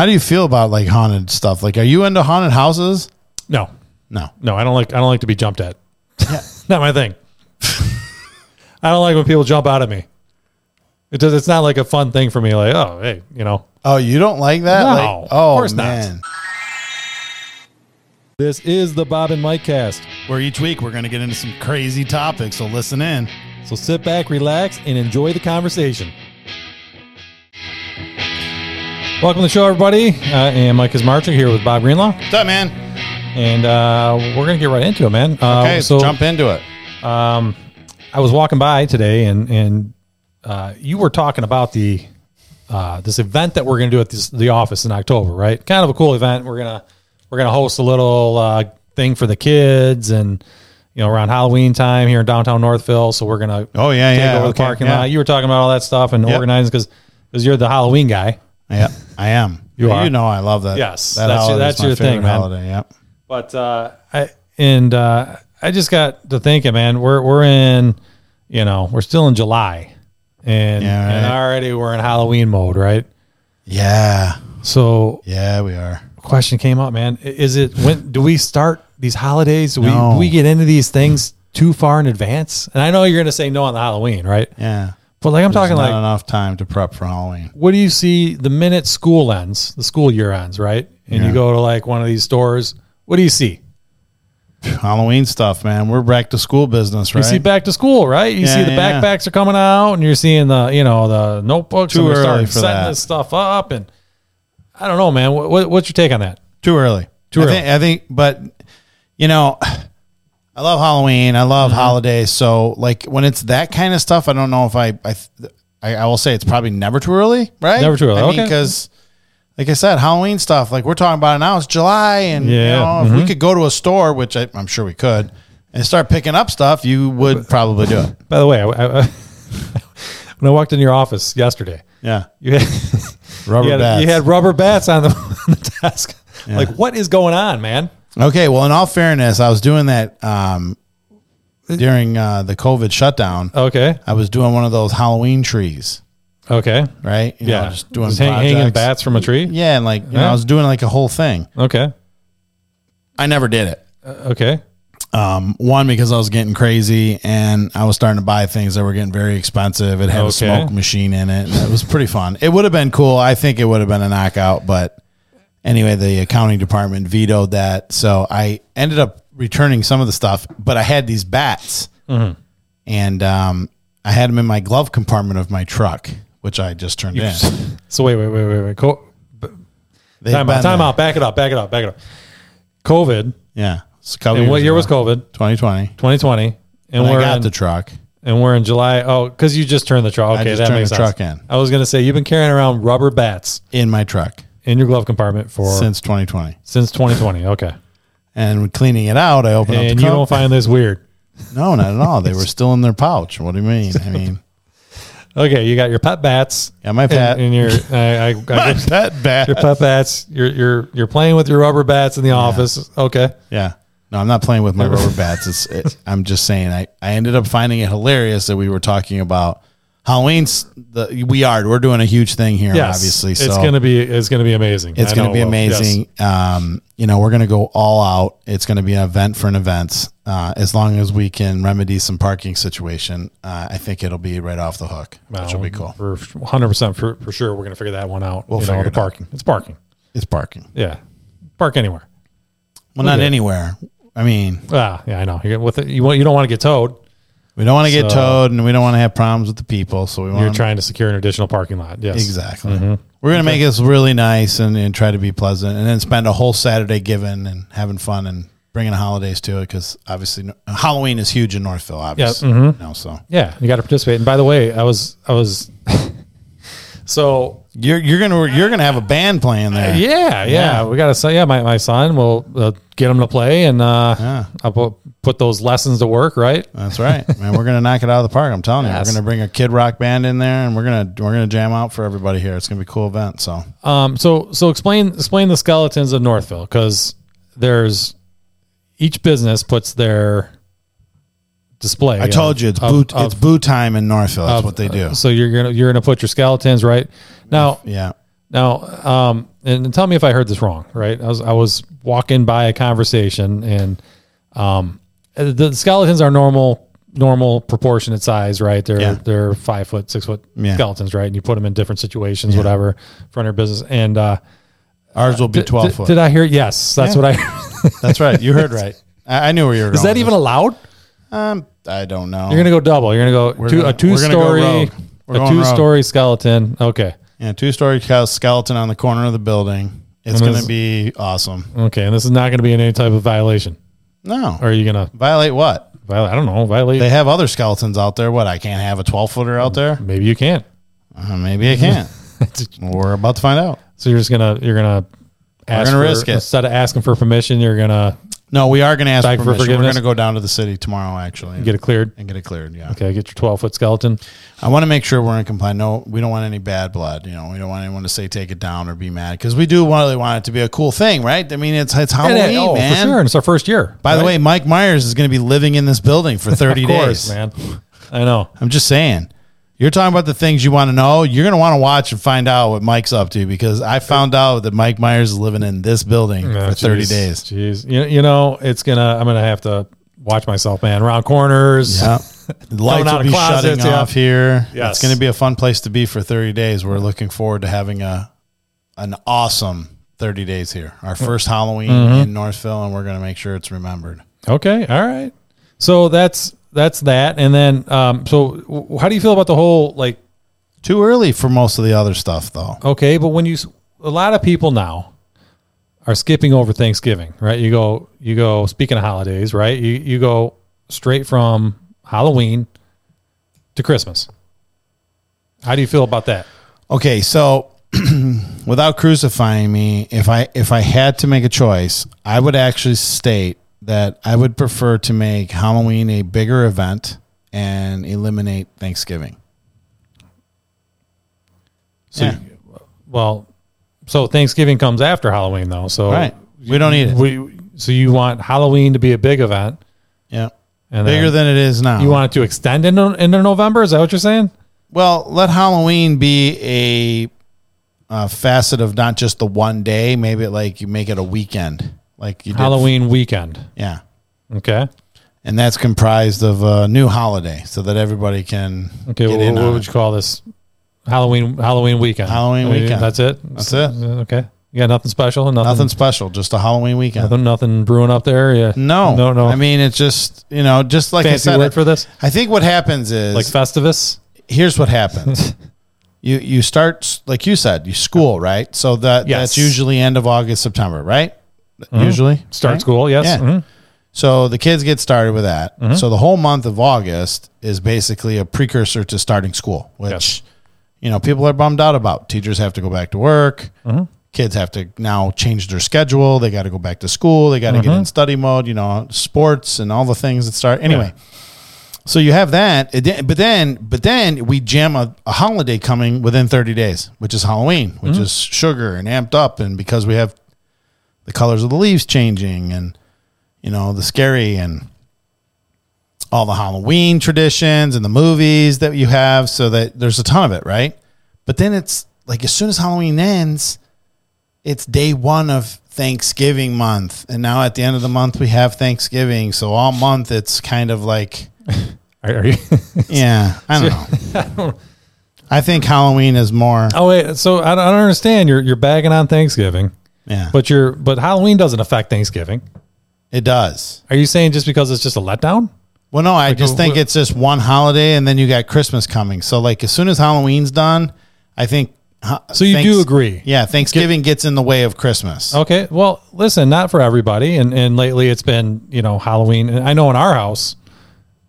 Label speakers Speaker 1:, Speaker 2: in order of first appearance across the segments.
Speaker 1: How do you feel about like haunted stuff? Like, are you into haunted houses?
Speaker 2: No,
Speaker 1: No.
Speaker 2: no, I don't like. I don't like to be jumped at. not my thing. I don't like when people jump out at me. It does. It's not like a fun thing for me. Like, oh, hey, you know,
Speaker 1: Oh, you don't like that?
Speaker 2: No,
Speaker 1: Like,
Speaker 2: of
Speaker 1: oh,
Speaker 2: course not.
Speaker 1: man.
Speaker 2: this is the Bob and Mike cast.
Speaker 1: Where each week we're going to get into some crazy topics. So listen in.
Speaker 2: So sit back, relax, and enjoy the conversation. Welcome to the show, everybody. Uh, and Mike is marching here with Bob Greenlaw,
Speaker 1: What's up, man?
Speaker 2: and uh, we're gonna get right into it, man. Uh,
Speaker 1: Okay, so jump into it.
Speaker 2: Um, I was walking by today, and and uh, you were talking about the uh, this event that we're going to do at this, the office in October, right? Kind of a cool event. We're gonna we're gonna host a little uh, thing for the kids, and you know around Halloween time here in downtown Northville. So we're gonna
Speaker 1: Oh, yeah,
Speaker 2: take
Speaker 1: yeah.
Speaker 2: over the
Speaker 1: okay,
Speaker 2: parking
Speaker 1: yeah.
Speaker 2: lot. You were talking about all that stuff and
Speaker 1: Yep.
Speaker 2: organizing because because you're the Halloween guy.
Speaker 1: Yeah, I am.
Speaker 2: You are.
Speaker 1: You know I love that.
Speaker 2: Yes,
Speaker 1: that
Speaker 2: that's your-
Speaker 1: holiday is
Speaker 2: that's
Speaker 1: my
Speaker 2: your thing,
Speaker 1: favorite
Speaker 2: man.
Speaker 1: Holiday, yep.
Speaker 2: But uh, I and uh, I just got to thinking, man. We're we're in, you know, we're still in July, and
Speaker 1: Yeah, right.
Speaker 2: and already we're in Halloween mode, right?
Speaker 1: Yeah,
Speaker 2: So,
Speaker 1: yeah, we are.
Speaker 2: question came up, man. I- Is it when do we start these holidays? Do we
Speaker 1: No.
Speaker 2: do we get into these things too far in advance? And I know you're gonna say no on the Halloween, right?
Speaker 1: Yeah.
Speaker 2: But like I'm
Speaker 1: There's
Speaker 2: talking
Speaker 1: not
Speaker 2: like,
Speaker 1: enough time to prep for Halloween.
Speaker 2: what do you see the minute school ends, the school year ends, right? And
Speaker 1: Yeah.
Speaker 2: you go to like one of these stores. What do you see?
Speaker 1: Halloween stuff, man. We're back to school business,
Speaker 2: You
Speaker 1: right?
Speaker 2: see back to school, right? You
Speaker 1: Yeah,
Speaker 2: see the
Speaker 1: yeah.
Speaker 2: backpacks are coming out, and you're seeing the you know the notebooks.
Speaker 1: Too
Speaker 2: and
Speaker 1: early
Speaker 2: they're starting
Speaker 1: for
Speaker 2: setting
Speaker 1: that.
Speaker 2: this stuff up, and I don't know, man. What, what, what's your take on that?
Speaker 1: Too early.
Speaker 2: Too
Speaker 1: I
Speaker 2: early.
Speaker 1: Think, I think, but you know, I love Halloween. I love
Speaker 2: Mm-hmm.
Speaker 1: holidays. So like when it's that kind of stuff, I don't know if I I th- I, I will say it's probably never too early, right?
Speaker 2: Never too early.
Speaker 1: I mean,
Speaker 2: Okay.
Speaker 1: because like I said, Halloween stuff. Like we're talking about it now. It's July, and
Speaker 2: Yeah. Mm-hmm.
Speaker 1: you know, if we could go to a store, which I, I'm sure we could, and start picking up stuff, you would probably do it.
Speaker 2: By the way, I, I, when I walked in your office yesterday,
Speaker 1: Yeah,
Speaker 2: you had
Speaker 1: rubber
Speaker 2: you had,
Speaker 1: bats.
Speaker 2: you had rubber bats on the, on the desk. Like, what is going on, man?
Speaker 1: Okay. Well, in all fairness, I was doing that um, during uh, the COVID shutdown.
Speaker 2: Okay,
Speaker 1: I was doing one of those Halloween trees,
Speaker 2: okay,
Speaker 1: right? You
Speaker 2: yeah,
Speaker 1: know, just doing
Speaker 2: hang- hanging
Speaker 1: projects.
Speaker 2: bats from a tree.
Speaker 1: Yeah, and like you know,
Speaker 2: Yeah.
Speaker 1: I was doing like a whole thing.
Speaker 2: Okay,
Speaker 1: I never did it.
Speaker 2: okay,
Speaker 1: Um, one because I was getting crazy and I was starting to buy things that were getting very expensive. It had a
Speaker 2: Okay.
Speaker 1: smoke machine in it. And it was pretty fun. It would have been cool. I think it would have been a knockout, but anyway, the accounting department vetoed that. So I ended up returning some of the stuff, but I had these bats
Speaker 2: Mm-hmm.
Speaker 1: and um, I had them in my glove compartment of my truck, which I just turned in.
Speaker 2: So wait, wait, wait, wait, wait. Co-
Speaker 1: They've
Speaker 2: time out,
Speaker 1: been
Speaker 2: time
Speaker 1: there.
Speaker 2: out. Back it up, back it up, back it up. COVID.
Speaker 1: Yeah. It's a couple
Speaker 2: And what
Speaker 1: years
Speaker 2: year
Speaker 1: ago.
Speaker 2: was COVID?
Speaker 1: 2020.
Speaker 2: 2020. And
Speaker 1: And I
Speaker 2: we're
Speaker 1: got
Speaker 2: in,
Speaker 1: the truck.
Speaker 2: and we're in July. Oh, because you just turned the truck. Okay,
Speaker 1: just
Speaker 2: that
Speaker 1: turned
Speaker 2: makes
Speaker 1: the
Speaker 2: sense.
Speaker 1: truck in.
Speaker 2: I was gonna say you've been carrying around rubber bats
Speaker 1: in my truck
Speaker 2: in your glove compartment for since,
Speaker 1: since 2020.
Speaker 2: 2020. Okay,
Speaker 1: And cleaning it out, I opened up
Speaker 2: and
Speaker 1: the
Speaker 2: you
Speaker 1: cup.
Speaker 2: don't find this weird.
Speaker 1: no, not at all. They were still in their pouch. What do you mean? I mean,
Speaker 2: Okay, you got your pet bats.
Speaker 1: Yeah, my pet.
Speaker 2: And, and your I, I, I guess
Speaker 1: that bad.
Speaker 2: your pet bats. You're you're you're playing with your rubber bats in the office. Okay.
Speaker 1: Yeah. No, I'm not playing with my rubber bats. It's, it, I'm just saying I, I ended up finding it hilarious that we were talking about Halloween's the we are we're doing a huge thing here
Speaker 2: Yes.
Speaker 1: obviously so
Speaker 2: it's gonna be it's gonna be amazing.
Speaker 1: It's
Speaker 2: I
Speaker 1: going
Speaker 2: know
Speaker 1: to be
Speaker 2: it will. Yes.
Speaker 1: amazing. Um, you know, we're going to go all out. It's going to be an event for an event. Uh, as long as we can remedy some parking situation, uh, I think it'll be right off the hook, which will be cool.
Speaker 2: For 100 percent for for sure, we're gonna figure that one out. We'll
Speaker 1: figure
Speaker 2: the
Speaker 1: it out.
Speaker 2: parking. It's parking.
Speaker 1: It's parking.
Speaker 2: Yeah, park anywhere.
Speaker 1: Well, not
Speaker 2: Okay.
Speaker 1: anywhere. I mean,
Speaker 2: Ah, yeah, I know. You're with it, you want you don't want to get towed.
Speaker 1: we don't want to get
Speaker 2: So-
Speaker 1: towed, and we don't want to have problems with the people. So we
Speaker 2: You're
Speaker 1: want to
Speaker 2: trying mm-hmm. to secure an additional parking lot. Yes,
Speaker 1: Um, exactly. We're going to make this really nice and, and try to be pleasant, and then spend a whole Saturday giving and having fun and bringing the holidays to it because obviously no- Halloween is huge in Northville. Obviously, you
Speaker 2: Mm-hmm.
Speaker 1: know, so
Speaker 2: Yeah, you got to participate. And by the way, I was I was so
Speaker 1: You're you're gonna you're gonna have a band playing there.
Speaker 2: yeah yeah, we got to say yeah my, my son will uh, get him to play and uh,
Speaker 1: Yeah.
Speaker 2: I'll put, put those lessons to work right.
Speaker 1: That's right, man. We're gonna knock it out of the park. I'm telling you,
Speaker 2: Yes.
Speaker 1: we're gonna bring a kid rock band in there, and we're gonna we're gonna jam out for everybody here. It's gonna be a cool event. So
Speaker 2: Um, so so explain explain the skeletons of Northville because there's each business puts their display.
Speaker 1: I told you it's
Speaker 2: of-
Speaker 1: boo
Speaker 2: of-
Speaker 1: it's boo time in Northville. That's what they do.
Speaker 2: So you're gonna you're gonna put your skeletons right now.
Speaker 1: yeah,
Speaker 2: Now, um, and tell me if I heard this wrong, right? I was I was walking by a conversation, and um, uh, the skeletons are normal, normal proportionate size, right? They're
Speaker 1: Yeah.
Speaker 2: they're five foot, six foot
Speaker 1: Yeah.
Speaker 2: skeletons, right? And you put them in different situations, whatever, for your business. And uh,
Speaker 1: Ours will be
Speaker 2: did-
Speaker 1: twelve
Speaker 2: did,
Speaker 1: foot.
Speaker 2: Did I hear? Yes, that's what I.
Speaker 1: That's right. You heard right. I, I knew where you were.
Speaker 2: Is that even allowed?
Speaker 1: Um, I don't know.
Speaker 2: You're gonna go double. You're gonna go two,
Speaker 1: gonna-
Speaker 2: a two
Speaker 1: we're gonna go
Speaker 2: story,
Speaker 1: rogue. We're
Speaker 2: a
Speaker 1: going
Speaker 2: two
Speaker 1: rogue.
Speaker 2: story skeleton. Okay,
Speaker 1: yeah, two story skeleton on the corner of the building. It's
Speaker 2: And
Speaker 1: going
Speaker 2: this-
Speaker 1: to be awesome.
Speaker 2: okay, and this is not gonna be in any type of violation.
Speaker 1: No,
Speaker 2: Or are you gonna?
Speaker 1: violate what?
Speaker 2: Violate, I don't know. Violate?
Speaker 1: They have other skeletons out there. What? I can't have a twelve footer out there.
Speaker 2: Maybe you can't.
Speaker 1: Uh, maybe I can't. Well, we're about to find out.
Speaker 2: So you're just gonna you're gonna ask
Speaker 1: gonna
Speaker 2: for-
Speaker 1: risk it.
Speaker 2: instead of asking for permission, you're gonna
Speaker 1: No, we are going to ask
Speaker 2: Beg for
Speaker 1: permission. we're
Speaker 2: forgiveness?
Speaker 1: going to go down to the city tomorrow, actually, and
Speaker 2: get it cleared.
Speaker 1: and get it cleared. Yeah.
Speaker 2: Okay, get your 12 foot skeleton.
Speaker 1: I want to make sure we're in compliance. No, we don't want any bad blood. You know, we don't want anyone to say take it down or be mad because we do really want it to be a cool thing, right? I mean, it's it's Halloween,
Speaker 2: And, uh, oh,
Speaker 1: man.
Speaker 2: for sure. And it's our first year.
Speaker 1: By the way, Mike Myers is going to be living in this building for 30
Speaker 2: of
Speaker 1: days.
Speaker 2: course, man. I know.
Speaker 1: I'm just saying. You're talking about the things you want to know. You're going to want to watch and find out what Mike's up to because I found out that Mike Myers is living in this building
Speaker 2: Oh,
Speaker 1: for 30
Speaker 2: jeez.
Speaker 1: days.
Speaker 2: Jeez, you, you know it's gonna. I'm gonna have to watch myself, man. Around corners.
Speaker 1: Yeah. The Lights
Speaker 2: out
Speaker 1: will
Speaker 2: of
Speaker 1: be
Speaker 2: closets,
Speaker 1: shutting
Speaker 2: yeah.
Speaker 1: off here.
Speaker 2: Yes.
Speaker 1: It's going to be a fun place to be for 30 days. We're looking forward to having a an awesome 30 days here. Our first Halloween
Speaker 2: Mm-hmm.
Speaker 1: in Northville, and we're going to make sure it's remembered.
Speaker 2: Okay, all right. So that's that's that. And then, um, so w- how do you feel about the whole like?
Speaker 1: Too early for most of the other stuff, though.
Speaker 2: Okay, but when you s- a lot of people now are skipping over Thanksgiving, right? You go you go speaking of holidays, right? You you go straight from Halloween to Christmas. How do you feel about that?
Speaker 1: Okay, so without crucifying me, if I if I had to make a choice, I would actually state that I would prefer to make Halloween a bigger event and eliminate Thanksgiving.
Speaker 2: So
Speaker 1: Yeah.
Speaker 2: Well, so Thanksgiving comes after Halloween though. So
Speaker 1: Right. We don't need it.
Speaker 2: We, so you want Halloween to be a big event
Speaker 1: yeah.
Speaker 2: and
Speaker 1: Bigger
Speaker 2: then
Speaker 1: than it is now.
Speaker 2: you want it to extend into, into November? Is that what you're saying?
Speaker 1: Well, let Halloween be a, a facet of not just the one day. Maybe like you make it a weekend, like you did-
Speaker 2: Halloween weekend.
Speaker 1: Yeah,
Speaker 2: Okay.
Speaker 1: and that's comprised of a new holiday, so that everybody can
Speaker 2: Okay,
Speaker 1: get
Speaker 2: what,
Speaker 1: in
Speaker 2: what
Speaker 1: on
Speaker 2: would
Speaker 1: it.
Speaker 2: you call this? Halloween Halloween weekend.
Speaker 1: Halloween
Speaker 2: I mean,
Speaker 1: weekend.
Speaker 2: That's it.
Speaker 1: That's it.
Speaker 2: Okay. You got nothing special. Nothing.
Speaker 1: Nothing
Speaker 2: Nothing.
Speaker 1: special, just a Halloween weekend.
Speaker 2: Nothing, brewing up there. Yeah.
Speaker 1: No,
Speaker 2: No. No.
Speaker 1: I mean, it's just you know, just like
Speaker 2: fancy
Speaker 1: I said.
Speaker 2: word for this.
Speaker 1: I think what happens is
Speaker 2: Like Festivus.
Speaker 1: here's what happens. you you start like you said, you school right, so that
Speaker 2: Yes. Mm-hmm.
Speaker 1: that's usually end of August, September, right? Usually
Speaker 2: Start
Speaker 1: right?
Speaker 2: school. Yes.
Speaker 1: Yeah.
Speaker 2: Mhm.
Speaker 1: So the kids get started with that. So the whole month of August is basically a precursor to starting school, which
Speaker 2: Yes.
Speaker 1: you know people are bummed out about. Teachers have to go back to work. Kids have to now change their schedule. They got to go back to school. They got to get in study mode. You know, sports and all the things that start. Anyway, so you have that, It then- but then but then we jam a, a holiday coming within thirty days, which is Halloween, which is sugar and amped up, and because we have the colors of the leaves changing and you know the scary and all the Halloween traditions and the movies that you have, so that there's a ton of it, right? But then it's like as soon as Halloween ends, it's day one of Thanksgiving month, and now at the end of the month we have Thanksgiving, so all month it's kind of like.
Speaker 2: Are, are you?
Speaker 1: Yeah, I don't know. I think Halloween is more.
Speaker 2: oh wait. So I don't, I don't understand. You're you're bagging on Thanksgiving,
Speaker 1: Yeah, but
Speaker 2: but you're but Halloween doesn't affect Thanksgiving.
Speaker 1: it does.
Speaker 2: Are you saying just because it's just a letdown?
Speaker 1: Well, no, I just
Speaker 2: a-
Speaker 1: think it's just one holiday, and then you got Christmas coming. So, like, as soon as Halloween's done, I think. ha-
Speaker 2: So you do
Speaker 1: thanks-
Speaker 2: agree? Oh.
Speaker 1: Yeah, Thanksgiving gets in the way of Christmas.
Speaker 2: Okay. Well, listen, not for everybody. And and lately it's been, you know, Halloween. And I know in our house,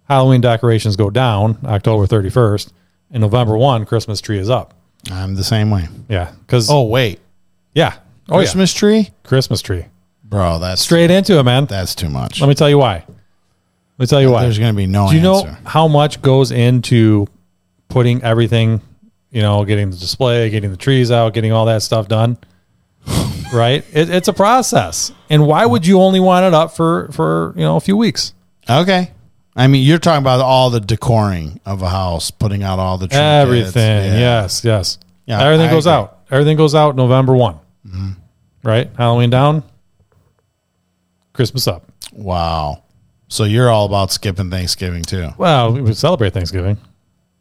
Speaker 2: Halloween decorations go down October 31st and November 1, Christmas tree is up.
Speaker 1: I'm the same way.
Speaker 2: Yeah. Cause,
Speaker 1: Oh wait,
Speaker 2: yeah. Oh, Christmas.
Speaker 1: Christmas tree,
Speaker 2: yeah. Christmas tree.
Speaker 1: bro. That's
Speaker 2: Straight into it, man.
Speaker 1: that's too much.
Speaker 2: Let me tell you why. Let me tell you why.
Speaker 1: There's gonna be no.
Speaker 2: Do you know
Speaker 1: answer.
Speaker 2: how much goes into putting everything, you know, getting the display, getting the trees out, getting all that stuff done? right? It, it's a process. And why would you only want it up for for you know a few weeks?
Speaker 1: Okay. I mean, you're talking about all the decoring of a house, putting out all the trinkets.
Speaker 2: Everything.
Speaker 1: Yeah.
Speaker 2: Yes. Yes.
Speaker 1: Yeah,
Speaker 2: Everything
Speaker 1: I
Speaker 2: goes
Speaker 1: agree. Mm-hmm.
Speaker 2: out. everything goes out November one, right? Halloween down, Christmas up.
Speaker 1: Wow. So you're all about skipping Thanksgiving too.
Speaker 2: Well, we would celebrate Thanksgiving,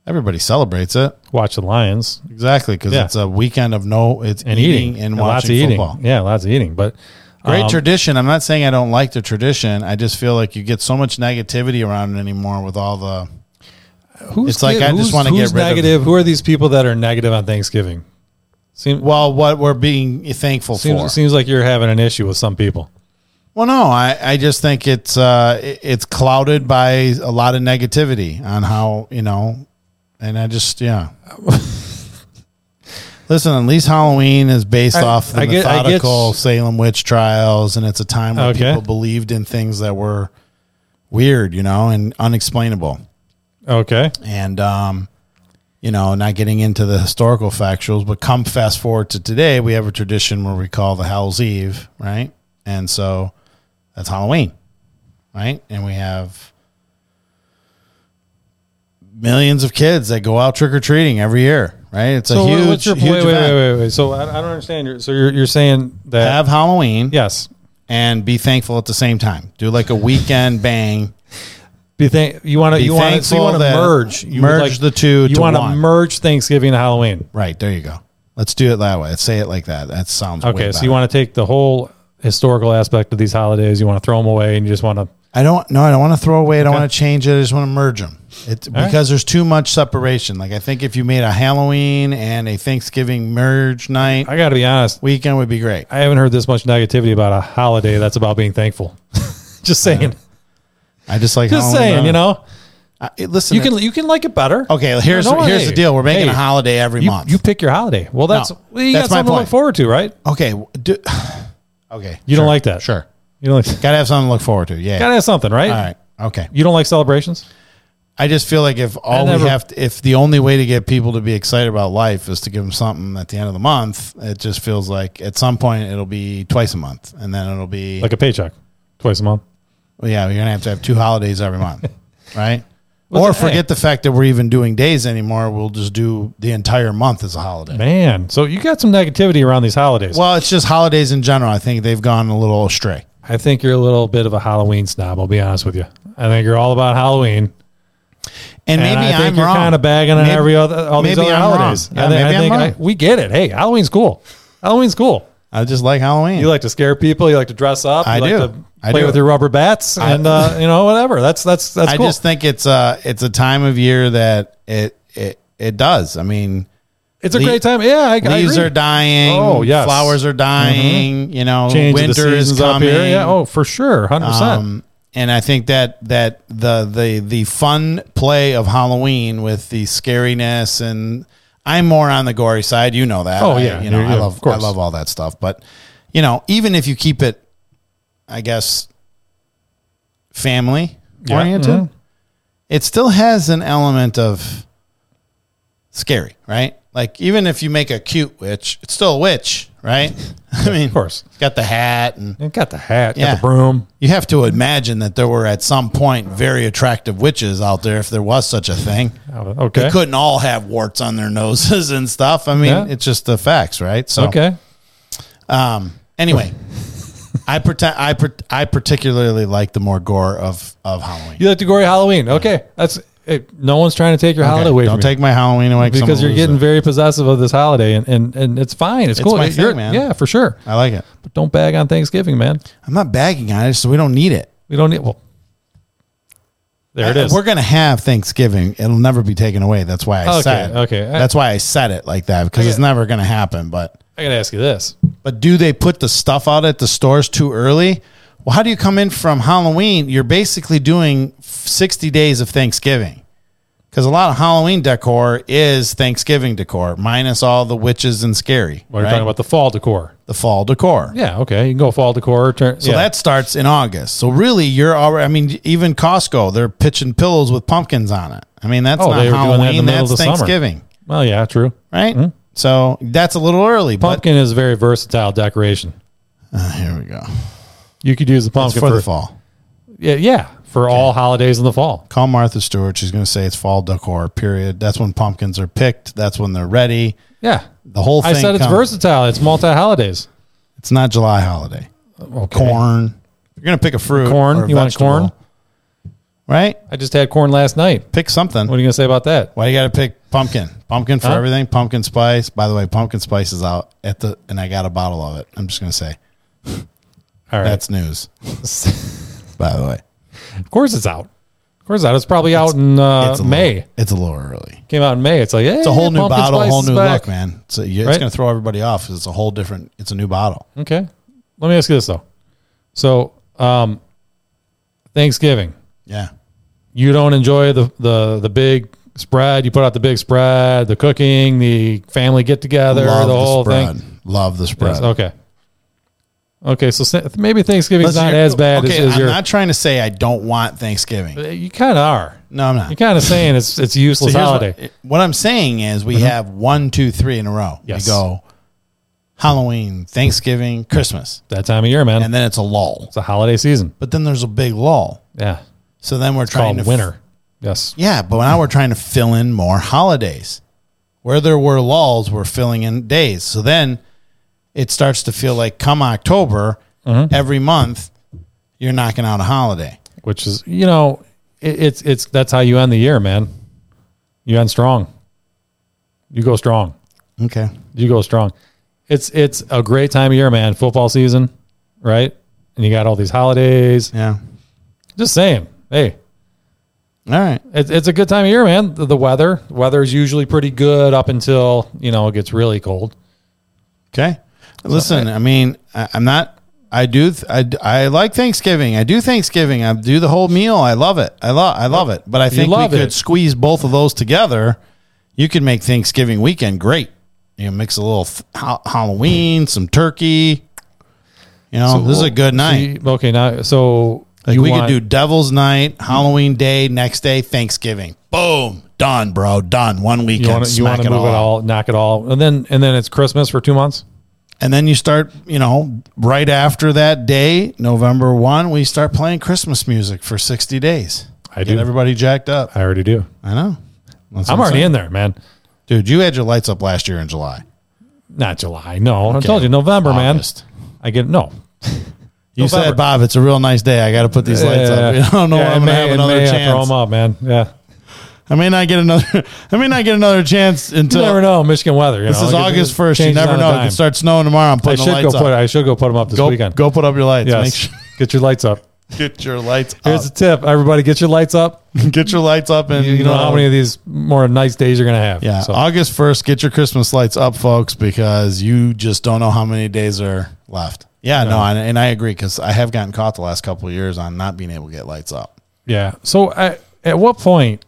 Speaker 1: Everybody celebrates it
Speaker 2: watch the Lions,
Speaker 1: exactly because
Speaker 2: Yeah.
Speaker 1: it's a weekend of no, it's
Speaker 2: and
Speaker 1: eating,
Speaker 2: eating
Speaker 1: and
Speaker 2: lots of
Speaker 1: watching football.
Speaker 2: eating. Yeah, lots of eating. But
Speaker 1: Great
Speaker 2: um,
Speaker 1: tradition. I'm not saying I don't like the tradition. I just feel like you get so much negativity around it anymore with all the.
Speaker 2: who's
Speaker 1: it's like I just
Speaker 2: who's-
Speaker 1: wanna get
Speaker 2: who's
Speaker 1: rid of-
Speaker 2: negative. Who are these people that are negative on Thanksgiving? Seem,
Speaker 1: Well, what we're being thankful for.
Speaker 2: seems seems like you're having an issue with some people.
Speaker 1: Well, no, I, I just think it's uh, it- it's clouded by a lot of negativity on how you know, and I just yeah. Listen, at least Halloween is based
Speaker 2: I-
Speaker 1: off the
Speaker 2: I get- I get-
Speaker 1: methodical Salem witch trials, and it's a time where
Speaker 2: Okay.
Speaker 1: people believed in things that were weird, you know, and unexplainable,
Speaker 2: Okay,
Speaker 1: and um, you know, not getting into the historical factuals. But come fast forward to today, we have a tradition where we call the Hell's Eve, right? And so that's Halloween, right? And we have millions of kids that go out trick or treating every year, right? It's a huge,
Speaker 2: what's your
Speaker 1: huge
Speaker 2: wait, wait,
Speaker 1: event.
Speaker 2: wait, wait, wait. So I, I don't understand. Your, so you're you're saying that
Speaker 1: Have Halloween
Speaker 2: yes,
Speaker 1: and be thankful at the same time. Do like a weekend bang.
Speaker 2: be thank you want to
Speaker 1: Be
Speaker 2: you want to so you want to
Speaker 1: thankful that-
Speaker 2: merge you would
Speaker 1: merge the two
Speaker 2: You
Speaker 1: to
Speaker 2: wanna
Speaker 1: one.
Speaker 2: merge Thanksgiving and Halloween.
Speaker 1: Right there, you go. Let's do it that way. Let's say it like that. That sounds way
Speaker 2: Okay, so
Speaker 1: better.
Speaker 2: you want to take the whole historical aspect of these holidays. You want to throw them away, and you just want to.
Speaker 1: I don't. No, I don't want to throw away. I don't want to change it. I just want to merge them. It's
Speaker 2: right.
Speaker 1: because there's too much separation. Like I think if you made a Halloween and a Thanksgiving merge night
Speaker 2: I got to be honest.
Speaker 1: weekend would be great.
Speaker 2: I haven't heard this much negativity about a holiday that's about being thankful. just saying.
Speaker 1: I just like
Speaker 2: Just
Speaker 1: Halloween
Speaker 2: saying.
Speaker 1: better.
Speaker 2: You know,
Speaker 1: I, it- listen,
Speaker 2: you can you can like it better.
Speaker 1: Okay, here's
Speaker 2: No, no,
Speaker 1: here's
Speaker 2: hey,
Speaker 1: the deal. We're making
Speaker 2: hey,
Speaker 1: a holiday every
Speaker 2: You,
Speaker 1: month.
Speaker 2: you pick your holiday. Well, that's well, you
Speaker 1: that's
Speaker 2: got
Speaker 1: my
Speaker 2: something to look
Speaker 1: point.
Speaker 2: forward to, right?
Speaker 1: okay, w- do, okay.
Speaker 2: You don't
Speaker 1: sure,
Speaker 2: like that.
Speaker 1: Sure,
Speaker 2: You don't like,
Speaker 1: gotta have something to look forward to. Yeah.
Speaker 2: gotta have something, right?
Speaker 1: All right. Okay.
Speaker 2: You don't like celebrations.
Speaker 1: I just feel like if all
Speaker 2: never-
Speaker 1: we have, to, if the only way to get people to be excited about life is to give them something at the end of the month, it just feels like at some point it'll be twice a month, and then it'll be
Speaker 2: like a paycheck twice a month.
Speaker 1: Well, yeah, you're gonna have to have two holidays every month, right?
Speaker 2: Well,
Speaker 1: or
Speaker 2: it's- hey.
Speaker 1: forget the fact that we're even doing days anymore. We'll just do the entire month as a holiday.
Speaker 2: Man, so you got some negativity around these holidays.
Speaker 1: Well, it's just holidays in general. I think they've gone a little astray.
Speaker 2: I think you're a little bit of a Halloween snob. I'll be honest with you. I think you're all about Halloween,
Speaker 1: And,
Speaker 2: and
Speaker 1: maybe
Speaker 2: I think
Speaker 1: I'm
Speaker 2: you're
Speaker 1: wrong.
Speaker 2: kind of bagging on
Speaker 1: Maybe-
Speaker 2: every other all these
Speaker 1: maybe
Speaker 2: other
Speaker 1: I'm wrong.
Speaker 2: holidays.
Speaker 1: Yeah,
Speaker 2: I think,
Speaker 1: maybe
Speaker 2: I
Speaker 1: I'm
Speaker 2: think I-
Speaker 1: wrong.
Speaker 2: we get it. Hey, Halloween's cool. Halloween's cool.
Speaker 1: I just like Halloween.
Speaker 2: You like to scare people. You like to dress up. You
Speaker 1: I
Speaker 2: like
Speaker 1: do.
Speaker 2: To
Speaker 1: I
Speaker 2: play
Speaker 1: do.
Speaker 2: with your rubber bats and uh, you know whatever. That's that's that's
Speaker 1: I
Speaker 2: cool.
Speaker 1: just think it's a it's a time of year that it it it does. I mean,
Speaker 2: it's a
Speaker 1: le-
Speaker 2: great time. Yeah, I, I agree. Mm-hmm.
Speaker 1: leaves are dying.
Speaker 2: Oh, yes.
Speaker 1: flowers are dying. You know,
Speaker 2: Change of the
Speaker 1: winter is
Speaker 2: seasons up
Speaker 1: coming.
Speaker 2: here. Yeah. Oh, for sure, hundred percent.
Speaker 1: Um, and I think that that the the the fun play of Halloween with the scariness and I'm more on the gory side. You know that.
Speaker 2: Oh,
Speaker 1: I-
Speaker 2: yeah.
Speaker 1: you know
Speaker 2: Yeah,
Speaker 1: I
Speaker 2: of
Speaker 1: love I
Speaker 2: course.
Speaker 1: love all that stuff. But you know, even if you keep it, I guess, family oriented,
Speaker 2: mhm.
Speaker 1: it still has an element of scary, right? Like even if you make a cute witch, it's still a witch, right? I mean,
Speaker 2: Of course.
Speaker 1: it's got the hat and
Speaker 2: And got the hat. Got
Speaker 1: Yeah.
Speaker 2: the broom.
Speaker 1: you have to imagine that there were at some point very attractive witches out there, if there was such a thing.
Speaker 2: Okay.
Speaker 1: They couldn't all have warts on their noses and stuff. I mean,
Speaker 2: Yeah.
Speaker 1: it's just the facts, right? So,
Speaker 2: Okay.
Speaker 1: um, anyway, I pretend I par- I particularly like the more gore of of Halloween.
Speaker 2: You like the gory Halloween. Okay. That's hey, no one's trying to take your holiday
Speaker 1: Okay,
Speaker 2: away
Speaker 1: don't
Speaker 2: from you
Speaker 1: take my Halloween away 'cause I'm
Speaker 2: because
Speaker 1: gonna lose
Speaker 2: you're getting
Speaker 1: it.
Speaker 2: very possessive of this holiday and and, and it's fine. It's,
Speaker 1: It's
Speaker 2: cool.
Speaker 1: my
Speaker 2: You're-
Speaker 1: thing, man.
Speaker 2: Yeah, for sure.
Speaker 1: I like it.
Speaker 2: But don't bag on Thanksgiving, man.
Speaker 1: I'm not bagging on it, so we don't need it.
Speaker 2: We don't need well. There it
Speaker 1: I-
Speaker 2: is.
Speaker 1: Uh, We're gonna have Thanksgiving. It'll never be taken away. That's why I
Speaker 2: Okay,
Speaker 1: said.
Speaker 2: okay. I-
Speaker 1: That's why I said it like that because it's never gonna happen. But
Speaker 2: I gotta ask you this.
Speaker 1: But do they put the stuff out at the stores too early? Well, how do you come in from Halloween? You're basically doing 60 days of Thanksgiving. Because a lot of Halloween decor is Thanksgiving decor, minus all the witches and scary.
Speaker 2: Well, you're
Speaker 1: right?
Speaker 2: talking about the fall decor.
Speaker 1: the fall decor.
Speaker 2: Yeah, okay. You can go fall decor. Turn,
Speaker 1: So
Speaker 2: yeah.
Speaker 1: that starts in August. So really, you're already. I mean, even Costco, they're pitching pillows with pumpkins on it. I mean, that's
Speaker 2: Oh,
Speaker 1: not
Speaker 2: they were doing that in the
Speaker 1: Halloween.
Speaker 2: middle of
Speaker 1: that's
Speaker 2: the summer.
Speaker 1: Thanksgiving,
Speaker 2: well, yeah, true.
Speaker 1: right? So that's a little early. But
Speaker 2: Pumpkin is a very versatile decoration.
Speaker 1: Uh, here we go.
Speaker 2: You could use the pumpkin
Speaker 1: It's for the fall.
Speaker 2: Yeah, yeah, for all holidays in the fall.
Speaker 1: Call Martha Stewart. She's going to say it's fall decor. Period. That's when pumpkins are picked. That's when they're ready.
Speaker 2: Yeah.
Speaker 1: The whole thing.
Speaker 2: I said it's
Speaker 1: comes-
Speaker 2: versatile. It's multi holidays.
Speaker 1: It's not July holiday.
Speaker 2: Okay.
Speaker 1: Corn. If You're going to pick a fruit.
Speaker 2: Corn?
Speaker 1: or a
Speaker 2: You want
Speaker 1: vegetable,
Speaker 2: corn?
Speaker 1: Right.
Speaker 2: I just had corn last night.
Speaker 1: Pick something.
Speaker 2: What are you going to say about that?
Speaker 1: Why you got to pick pumpkin? Pumpkin for
Speaker 2: Huh?
Speaker 1: everything. Pumpkin spice. By the way, pumpkin spice is out at the, and I got a bottle of it. I'm just going to say
Speaker 2: All right.
Speaker 1: that's news. By the way,
Speaker 2: of course it's out. Of course it's out. It's probably out in uh,
Speaker 1: a
Speaker 2: May.
Speaker 1: Little, it's a little early.
Speaker 2: Came out in May. It's like, hey,
Speaker 1: It's a whole new bottle, whole new
Speaker 2: back.
Speaker 1: look, man. So you, it's
Speaker 2: Right?
Speaker 1: going to throw everybody off. 'cause It's a whole different. It's a new bottle.
Speaker 2: Okay. Let me ask you this though. So, um, Thanksgiving,
Speaker 1: Yeah.
Speaker 2: you don't enjoy the the the big spread. You put out the big spread, the cooking, the family get together, the whole
Speaker 1: spread.
Speaker 2: thing.
Speaker 1: Love the spread.
Speaker 2: Yes, okay. Okay, so sa- maybe Thanksgiving's
Speaker 1: Listen,
Speaker 2: not
Speaker 1: you're-
Speaker 2: as bad
Speaker 1: okay,
Speaker 2: as, as
Speaker 1: I'm
Speaker 2: your.
Speaker 1: not trying to say I don't want Thanksgiving.
Speaker 2: you kind of are.
Speaker 1: No, I'm not.
Speaker 2: You're kind of saying it's it's a useless
Speaker 1: So here's
Speaker 2: holiday. Mm-hmm.
Speaker 1: What, what I'm saying is we have one, two, three in a row.
Speaker 2: Yes.
Speaker 1: We go Halloween, Thanksgiving, Christmas,
Speaker 2: that time of year, man.
Speaker 1: and then it's a lull.
Speaker 2: it's a holiday season.
Speaker 1: But then there's a big lull.
Speaker 2: Yeah,
Speaker 1: So then we're trying
Speaker 2: called
Speaker 1: to f-
Speaker 2: winter. yes.
Speaker 1: yeah, but now we're trying to fill in more holidays. Where there were lulls, we're filling in days. So then it starts to feel like come October,
Speaker 2: Mm-hmm.
Speaker 1: every month you're knocking out a holiday.
Speaker 2: which is you know it, it's it's that's how you end the year man you end strong you go strong
Speaker 1: Okay.
Speaker 2: you go strong it's it's a great time of year man football season right and you got all these holidays
Speaker 1: Yeah.
Speaker 2: just saying hey
Speaker 1: All right.
Speaker 2: it's, it's a good time of year man the, the weather the weather is usually pretty good up until you know it gets really cold
Speaker 1: Okay. Listen, I mean, I, I'm not. I do. th- I, d- I like Thanksgiving. I do Thanksgiving. I do the whole meal. I love it. I love. I love it. But I think we
Speaker 2: love
Speaker 1: could
Speaker 2: it.
Speaker 1: squeeze both of those together. You could make Thanksgiving weekend great. You know, mix a little th- ha- Halloween, some turkey. You know, Oh, this is a good night.
Speaker 2: See, okay now so
Speaker 1: like
Speaker 2: you
Speaker 1: we
Speaker 2: want-
Speaker 1: could do Devil's Night, Halloween day, next day Thanksgiving. Boom, done, bro, done. One weekend,
Speaker 2: you want to you
Speaker 1: smack
Speaker 2: want to
Speaker 1: it
Speaker 2: move
Speaker 1: all.
Speaker 2: it
Speaker 1: out.
Speaker 2: all knock it all and then and then it's christmas for two months
Speaker 1: And then you start, you know, right after that day, November 1, we start playing Christmas music for 60 days.
Speaker 2: I
Speaker 1: Get
Speaker 2: do.
Speaker 1: everybody jacked up.
Speaker 2: i already do
Speaker 1: I know. That's
Speaker 2: i'm
Speaker 1: what
Speaker 2: already
Speaker 1: saying.
Speaker 2: in there man
Speaker 1: Dude, you had your lights up last year in July.
Speaker 2: Not July. No, I told you November,
Speaker 1: August.
Speaker 2: man. I get no.
Speaker 1: You
Speaker 2: November.
Speaker 1: said, Bob, it's a real nice day. I got to put these lights up. I don't know
Speaker 2: Yeah,
Speaker 1: when I'm going
Speaker 2: in
Speaker 1: to have
Speaker 2: in
Speaker 1: another
Speaker 2: May, I Throw
Speaker 1: chance.
Speaker 2: them up, man. Yeah,
Speaker 1: I may not get another I may not get another chance
Speaker 2: you
Speaker 1: until
Speaker 2: never know. Michigan weather. You
Speaker 1: This
Speaker 2: know,
Speaker 1: is
Speaker 2: it- it
Speaker 1: August 1st. You
Speaker 2: changes
Speaker 1: never
Speaker 2: on a
Speaker 1: know. It
Speaker 2: dime.
Speaker 1: could start snowing tomorrow. I'm
Speaker 2: I
Speaker 1: putting the
Speaker 2: should go
Speaker 1: lights
Speaker 2: put.
Speaker 1: up.
Speaker 2: I should go put them up this
Speaker 1: Go,
Speaker 2: weekend.
Speaker 1: go put up your lights.
Speaker 2: yes.
Speaker 1: Make sure, Uh,
Speaker 2: Get your lights up.
Speaker 1: get your lights
Speaker 2: Here's
Speaker 1: up.
Speaker 2: a tip, everybody. Get your lights up.
Speaker 1: Get your lights up and
Speaker 2: You, you know how
Speaker 1: uh,
Speaker 2: many of these more nice days you're gonna have.
Speaker 1: Yeah,
Speaker 2: So,
Speaker 1: August first, get your Christmas lights up, folks, because you just don't know how many days are left. Yeah, no, and, and I agree because I have gotten caught the last couple of years on not being able to get lights up.
Speaker 2: yeah. So at, at what point?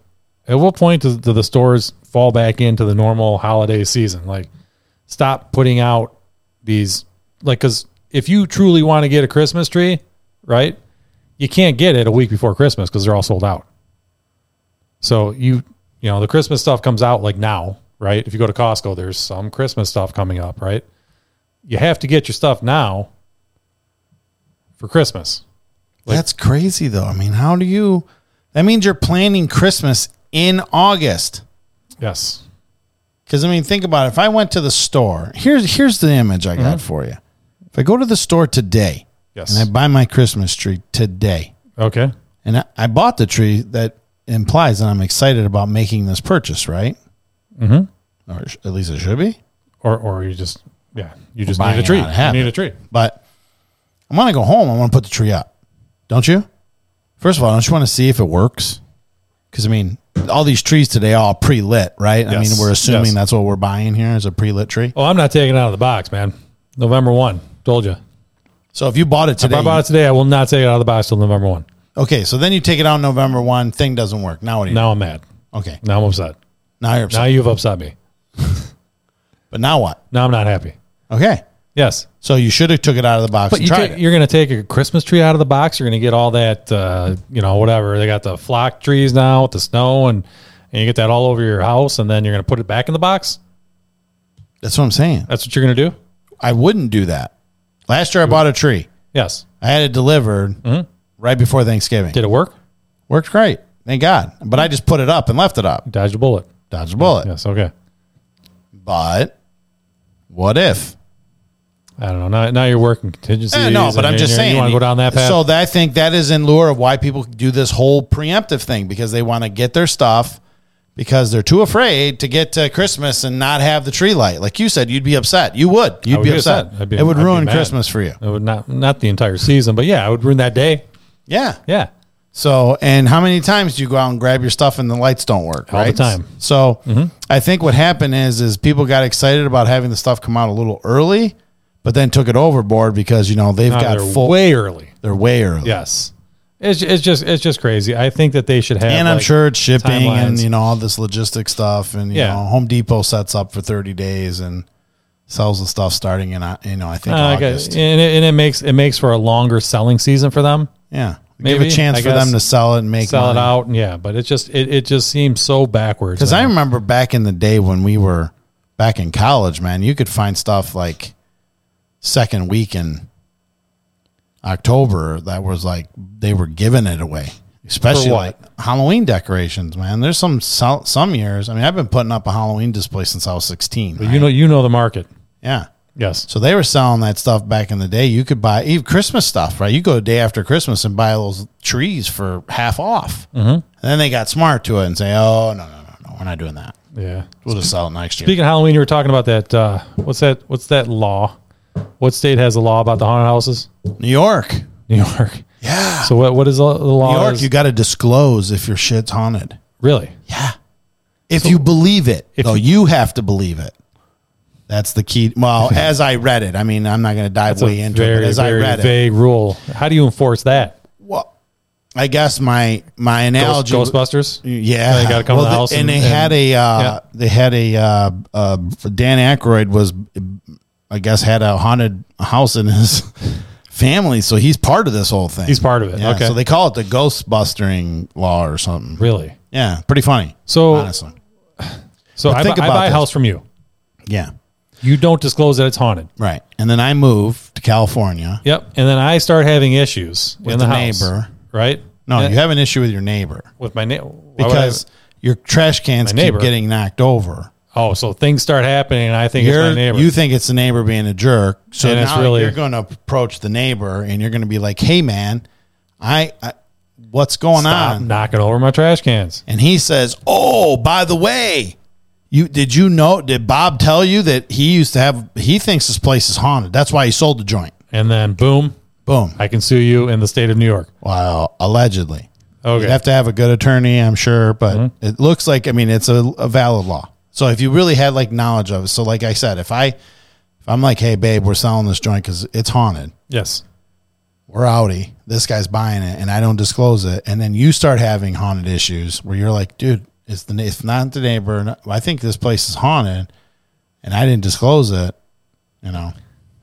Speaker 2: At what point do, do the stores fall back into the normal holiday season? Like, stop putting out these like because if you truly want to get a christmas tree right you can't get it a week before christmas because they're all sold out so you you know the christmas stuff comes out like now right if you go to costco there's some christmas stuff coming up right you have to get your stuff now for christmas Like-
Speaker 1: That's crazy, though. I mean, how do you? That means you're planning Christmas in August.
Speaker 2: yes
Speaker 1: Because I mean, think about it. If I went to the store, here's here's the image I got for you. If I go to the store today
Speaker 2: Mm-hmm. yes
Speaker 1: and I buy my Christmas tree today,
Speaker 2: okay
Speaker 1: and I, I bought the tree that implies that I'm excited about making this purchase, right? Mm-hmm. Or sh- at least it should be.
Speaker 2: or or you just yeah you just
Speaker 1: buying
Speaker 2: need a
Speaker 1: it
Speaker 2: tree
Speaker 1: out of habit.
Speaker 2: you need a tree
Speaker 1: But I want to go home. I want to put the tree up. Don't you? First of all, don't you want to see if it works? Because I mean, all these trees today are all pre-lit, right? I mean,
Speaker 2: Yes.
Speaker 1: we're assuming
Speaker 2: Yes.
Speaker 1: that's what we're buying here is a pre-lit tree.
Speaker 2: oh i'm not taking it out of the box man november 1 told you
Speaker 1: So if you bought it today,
Speaker 2: If I bought it today, I will not take it out of the box till November one.
Speaker 1: okay. So then you take it out November one. Thing doesn't work. Now what do you?
Speaker 2: Now I'm mad.
Speaker 1: do? Okay.
Speaker 2: Now I'm upset.
Speaker 1: Now you're upset.
Speaker 2: Now you've upset me.
Speaker 1: but now what?
Speaker 2: Now I'm not happy.
Speaker 1: Okay.
Speaker 2: Yes,
Speaker 1: So you should have took it out of the box
Speaker 2: but
Speaker 1: and
Speaker 2: you
Speaker 1: tried
Speaker 2: take,
Speaker 1: it.
Speaker 2: you're going to take a Christmas tree out of the box. You're going to get all that, uh, you know, whatever. They got the flock trees now with the snow, and and you get that all over your house, and then you're going to put it back in the box.
Speaker 1: That's what I'm saying.
Speaker 2: That's what you're going to do.
Speaker 1: I wouldn't do that. Last year I bought a tree.
Speaker 2: Yes. Mm-hmm.
Speaker 1: I had it delivered right before Thanksgiving.
Speaker 2: Did it work?
Speaker 1: Worked great. Thank God. But I just put it up and left it up.
Speaker 2: Dodge a bullet.
Speaker 1: Dodge a bullet.
Speaker 2: Yes. Okay.
Speaker 1: But what if?
Speaker 2: I don't know. Now, now you're working contingencies.
Speaker 1: Eh, no, but
Speaker 2: and
Speaker 1: I'm just
Speaker 2: you're-
Speaker 1: saying.
Speaker 2: You want to go down that path?
Speaker 1: So that, I think that is in lure of why people do this whole preemptive thing because they want to get their stuff because they're too afraid to get to Christmas and not have the tree light. Like you said, you'd be upset. You would. You'd
Speaker 2: would
Speaker 1: be,
Speaker 2: be
Speaker 1: upset.
Speaker 2: upset. I'd be-
Speaker 1: it would
Speaker 2: I'd be
Speaker 1: ruin
Speaker 2: mad.
Speaker 1: Christmas for you.
Speaker 2: It would not not the entire season, but yeah, I would ruin that day.
Speaker 1: Yeah.
Speaker 2: Yeah.
Speaker 1: So, and how many times do you go out and grab your stuff and the lights don't work?
Speaker 2: All the
Speaker 1: right?
Speaker 2: time. Mm-hmm.
Speaker 1: So, I think what happened is is people got excited about having the stuff come out a little early, but then took it overboard because you know they've
Speaker 2: Now
Speaker 1: got
Speaker 2: they're
Speaker 1: full.
Speaker 2: way early.
Speaker 1: they're way early.
Speaker 2: Yes. It's, ju- it's just it's just crazy. I think that they should have
Speaker 1: and I'm
Speaker 2: like-
Speaker 1: sure it's shipping and
Speaker 2: timelines.
Speaker 1: you know all this logistic stuff and you
Speaker 2: Yeah.
Speaker 1: know Home Depot sets up for 30 days and sells the stuff starting in uh, you know I think
Speaker 2: Uh, I guess-
Speaker 1: August.
Speaker 2: and, it, and it makes it makes for a longer selling season for them.
Speaker 1: yeah,
Speaker 2: Maybe,
Speaker 1: give a chance
Speaker 2: I
Speaker 1: for them
Speaker 2: guess.
Speaker 1: to sell it and make
Speaker 2: Sell
Speaker 1: money.
Speaker 2: it out, and yeah. But it just it, it just seems so backwards.
Speaker 1: Because I remember back in the day when we were back in college, man, you could find stuff like second week in October that was like they were giving it away, especially
Speaker 2: what?
Speaker 1: like Halloween decorations, man. There's some so- some years. I mean, I've been putting up a Halloween display since I was 16.
Speaker 2: But
Speaker 1: right?
Speaker 2: you know you know the market.
Speaker 1: yeah.
Speaker 2: Yes.
Speaker 1: So they were selling that stuff back in the day. You could buy even Christmas stuff, right? You go the day after Christmas and buy those trees for half off. Mm-hmm. And then they got smart to it and say, "Oh no, no, no, no, we're not doing that."
Speaker 2: Yeah.
Speaker 1: We'll just sell it next year.
Speaker 2: Speaking of Halloween, you were talking about that. Uh, what's that? What's that law? What state has a law about the haunted houses?
Speaker 1: New York.
Speaker 2: New York.
Speaker 1: Yeah.
Speaker 2: So what? What is the the law?
Speaker 1: New York,
Speaker 2: is-
Speaker 1: you got to disclose if your shit's haunted.
Speaker 2: really?
Speaker 1: If you believe it,
Speaker 2: If
Speaker 1: though, you have to believe it. That's the key. Well, as I read it, I mean, I'm not going to dive
Speaker 2: It's a
Speaker 1: way into it, but
Speaker 2: very,
Speaker 1: as
Speaker 2: very
Speaker 1: I read it,
Speaker 2: vague rule. How do you enforce that?
Speaker 1: well, I guess my my analogy,
Speaker 2: Ghostbusters.
Speaker 1: yeah,
Speaker 2: They gotta come to the
Speaker 1: th-
Speaker 2: house
Speaker 1: and,
Speaker 2: and-
Speaker 1: they
Speaker 2: and-
Speaker 1: had a uh,
Speaker 2: yeah.
Speaker 1: they had a uh, uh, Dan Aykroyd was, I guess, had a haunted house in his family, so he's part of this whole thing.
Speaker 2: He's part of it.
Speaker 1: Yeah,
Speaker 2: okay.
Speaker 1: So they call it the Ghostbustering law or something.
Speaker 2: really.
Speaker 1: Yeah, pretty funny.
Speaker 2: So
Speaker 1: honestly,
Speaker 2: so I,
Speaker 1: think
Speaker 2: bu- I
Speaker 1: about
Speaker 2: buy a
Speaker 1: this.
Speaker 2: house from you.
Speaker 1: yeah,
Speaker 2: You don't disclose that it's haunted.
Speaker 1: right. And then I moved to California.
Speaker 2: Yep. And then I start having issues
Speaker 1: With
Speaker 2: in the,
Speaker 1: the
Speaker 2: house.
Speaker 1: neighbor.
Speaker 2: Right.
Speaker 1: No,
Speaker 2: And-
Speaker 1: you have an issue with your neighbor
Speaker 2: with my neighbor
Speaker 1: because your trash cans keep
Speaker 2: neighbor.
Speaker 1: getting knocked over.
Speaker 2: oh, so things start happening, and I think it's my
Speaker 1: You're,
Speaker 2: neighbor.
Speaker 1: you think it's the neighbor being a jerk, so
Speaker 2: And it's
Speaker 1: now
Speaker 2: really-
Speaker 1: you're going to approach the neighbor and you're going to be like, "Hey, man, I, I what's going
Speaker 2: Stop
Speaker 1: on?"
Speaker 2: knocking over my trash cans.
Speaker 1: And he says, "Oh, by the way, you did you know? Did Bob tell you that he used to have? He thinks this place is haunted. That's why he sold the joint.
Speaker 2: And then boom,
Speaker 1: Boom.
Speaker 2: I can sue you in the state of New York.
Speaker 1: Well, allegedly.
Speaker 2: Okay.
Speaker 1: You'd have to have a good attorney, I'm sure, but it looks like I mean it's a, a valid law. So if you really had like knowledge of it, so like I said, if I if I'm like, hey babe, we're selling this joint because it's haunted,
Speaker 2: Yes.
Speaker 1: we're outie, this guy's buying it, and I don't disclose it, and then you start having haunted issues where you're like, dude, it's the na- it's not the neighbor. no- I think this place is haunted, and I didn't disclose it. You know,